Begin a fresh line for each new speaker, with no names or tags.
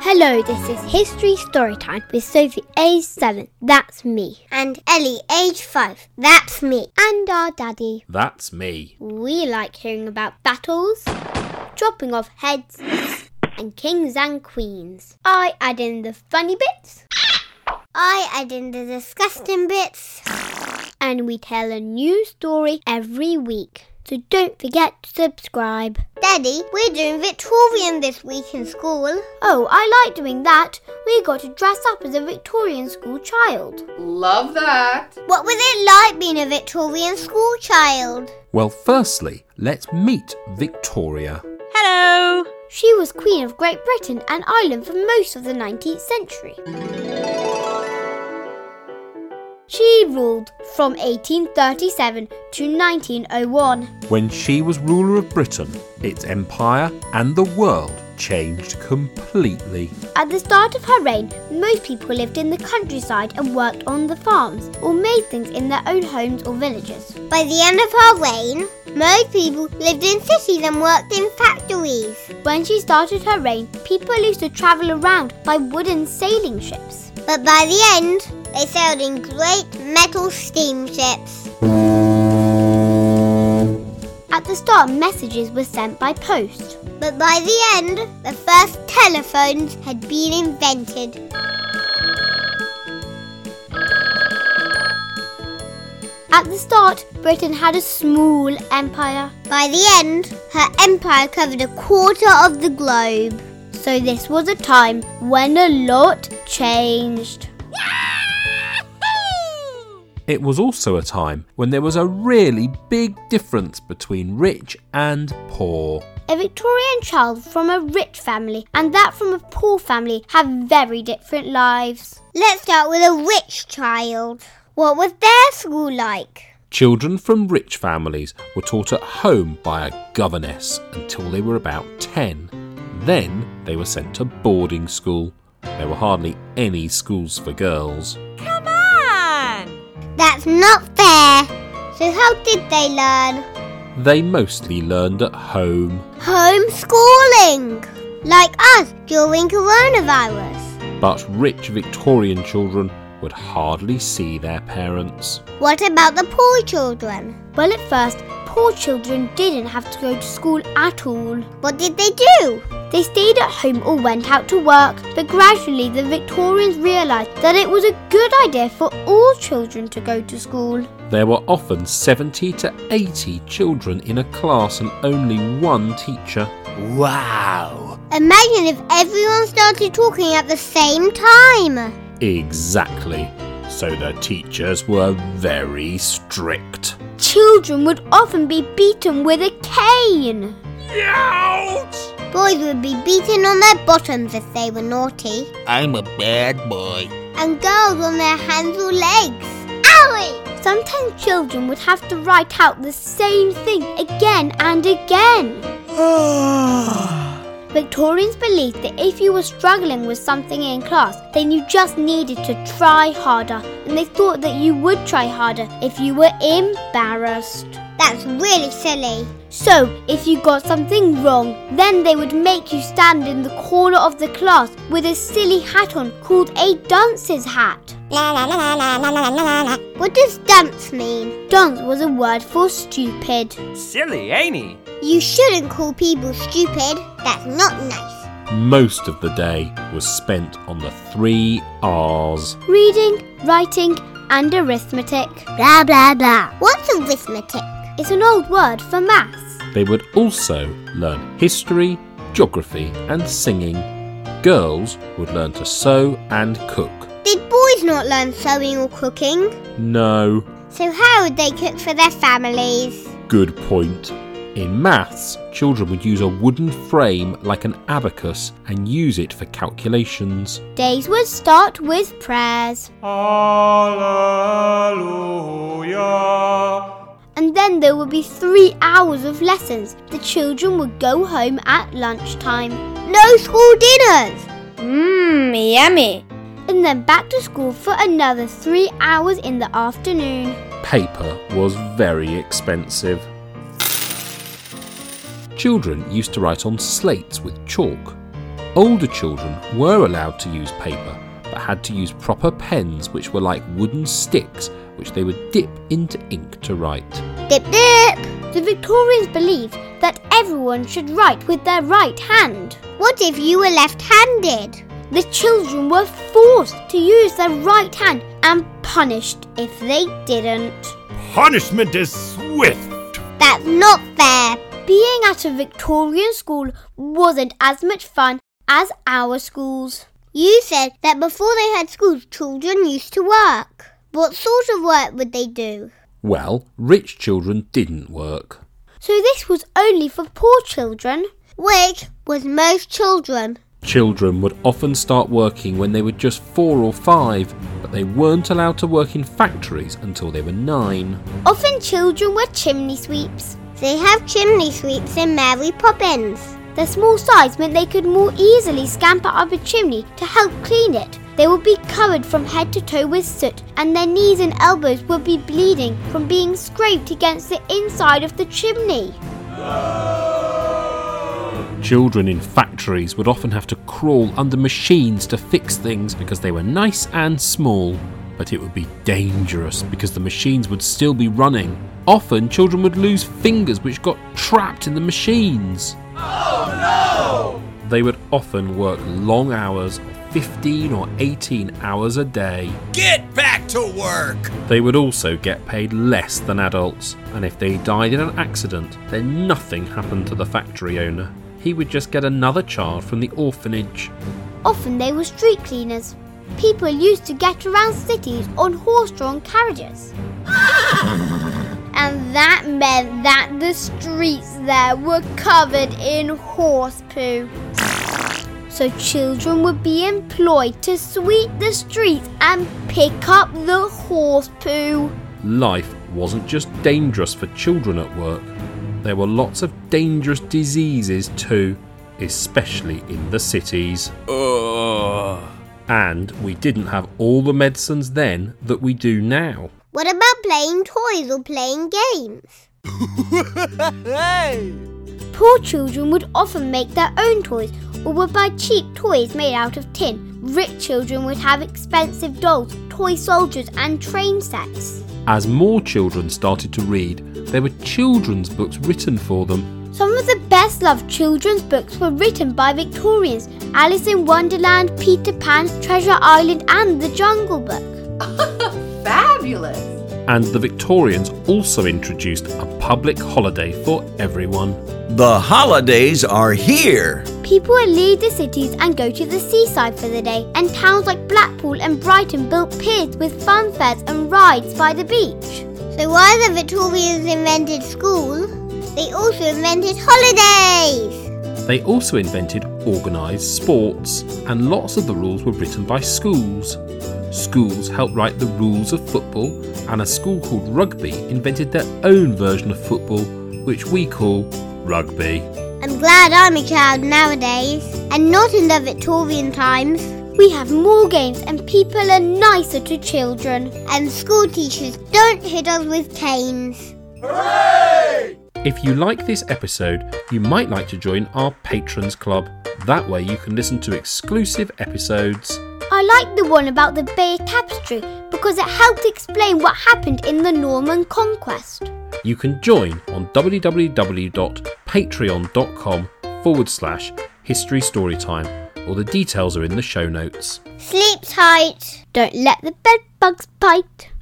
Hello, this is History Storytime with Sophie, age 7. That's me.
And Ellie, age 5. That's me.
And our daddy.
That's me.
We like hearing about battles, dropping off heads, and kings and queens. I add in the funny bits,
I add in the disgusting bits.
and we tell a new story every week. So don't forget to subscribe.
Daddy, we're doing Victorian this week in school.
Oh, I like doing that. We got to dress up as a Victorian school child.
Love that.
What was it like being a Victorian school child?
Well, firstly, let's meet Victoria.
Hello!
She was Queen of Great Britain and Ireland for most of the 19th century. She ruled from 1837 to 1901.
When she was ruler of Britain, its empire and the world changed completely.
At the start of her reign, most people lived in the countryside and worked on the farms or made things in their own homes or villages.
By the end of her reign, most people lived in cities and worked in factories.
When she started her reign, people used to travel around by wooden sailing ships.
But by the end, they sailed in great metal steamships.
At the start, messages were sent by post.
But by the end, the first telephones had been invented.
At the start, Britain had a small empire,
By the end, her empire covered a quarter of the globe.
so this was a time when a lot changed.
It was also a time when there was a really big difference between rich and poor.
A Victorian child from a rich family and that from a poor family have very different lives.
Let's start with a rich child. What was their school like?
Children from rich families were taught at home by a governess until they were about 10. Then they were sent to boarding school. There were hardly any schools for girls.
Come on!
That's not fair. So, how did they learn?
They mostly learned at home,
Homeschooling! Like us during coronavirus.
but rich Victorian children would hardly see their parents.
What about the poor children?
Well, at first, poor children didn't have to go to school at all.
What did they do?
They stayed at home or went out to work, but gradually the Victorians realised that it was a good idea for all children to go to school.
There were often 70 to 80 children in a class and only one teacher.
Imagine if everyone started talking at the same time.
Exactly. So the teachers were very strict.
Children would often be beaten with a cane.
Boys would be beaten on their bottoms if they were naughty,
I'm a bad boy.
and girls on their hands or legs. Owie!
Sometimes children would have to write out the same thing again and again. Victorians believed that if you were struggling with something in class, then you just needed to try harder, and they thought that you would try harder if you were embarrassed.
That's really silly.
So, if you got something wrong, then they would make you stand in the corner of the class with a silly hat on called a dunce's hat.
What does dunce mean?
Dunce was a word for stupid.
Silly, ain't he?
You shouldn't call people stupid. That's not nice.
Most of the day was spent on the three R's.
Reading, writing, and arithmetic.
Blah blah blah. What's arithmetic?
It's an old word for maths.
They would also learn history, geography, and singing. Girls would learn to sew and cook.
Did boys not learn sewing or cooking?
No,
So how would they cook for their families?
good point. In maths, children would use a wooden frame like an abacus and use it for calculations.
Days would start with prayers, and then there would be three hours of lessons. The children would go home at lunchtime,
No school dinners.
Mmm, yummy.
and then back to school for another three hours in the afternoon.
Paper was very expensive. Children used to write on slates with chalk. Older children were allowed to use paper, but had to use proper pens which were like wooden sticks which they would dip into ink to write.
Dip dip.
The Victorians believed that everyone should write with their right hand.
What if you were left handed?
The children were forced to use their right hand and punished if they didn't.
Punishment is swift.
That's not fair.
Being at a Victorian school wasn't as much fun as our schools.
You said that before they had schools, children used to work. What sort of work would they do?
Well, rich children didn't work.
So this was only for poor children.
Which was most children.
Children would often start working when they were just four or five, but they weren't allowed to work in factories until they were nine.
Often children were chimney sweeps.
They have chimney sweeps in Mary Poppins.
Their small size meant they could more easily scamper up a chimney to help clean it. They would be covered from head to toe with soot, and their knees and elbows would be bleeding from being scraped against the inside of the chimney.
Children in factories would often have to crawl under machines to fix things because they were nice and small, but it would be dangerous because the machines would still be running. Often, children would lose fingers which got trapped in the machines. Oh no! They would often work long hours, 15 or 18 hours a day.
Get back to work.
They would also get paid less than adults, and if they died in an accident, then nothing happened to the factory owner. He would just get another child from the orphanage.
Often they were street cleaners. People used to get around cities on horse drawn carriages. and that meant that the streets there were covered in horse poo. So children would be employed to sweep the streets and pick up the horse poo.
Life wasn't just dangerous for children at work, there were lots of dangerous diseases too, especially in the cities. And we didn't have all the medicines then that we do now.
What about playing toys or playing games?
Poor children would often make their own toys or would buy cheap toys made out of tin. Rich children would have expensive dolls, toy soldiers, and train sets.
As more children started to read, there were children's books written for them.
Some of the best loved children's books were written by Victorians Alice in Wonderland, Peter Pan, Treasure Island, and The Jungle Book.
Fabulous!
And the Victorians also introduced a public holiday for everyone.
The holidays are here.
People would leave the cities and go to the seaside for the day, and towns like Blackpool and Brighton built piers with fun fairs and rides by the beach.
So while the Victorians invented school, they also invented holidays.
They also invented organised sports, and lots of the rules were written by schools. Schools helped write the rules of football, and a school called Rugby invented their own version of football, which we call rugby.
I'm glad I'm a child nowadays, and not in the Victorian times.
We have more games and people are nicer to children.
And school teachers don't hit us with canes.
If you like this episode, you might like to join our Patrons Club. That way, you can listen to exclusive episodes.
I liked the one about the Bay Tapestry because it helped explain what happened in the Norman Conquest.
You can join on www.patreon.com forward slash history storytime. All the details are in the show notes.
Sleep tight.
Don't let the bed bugs bite.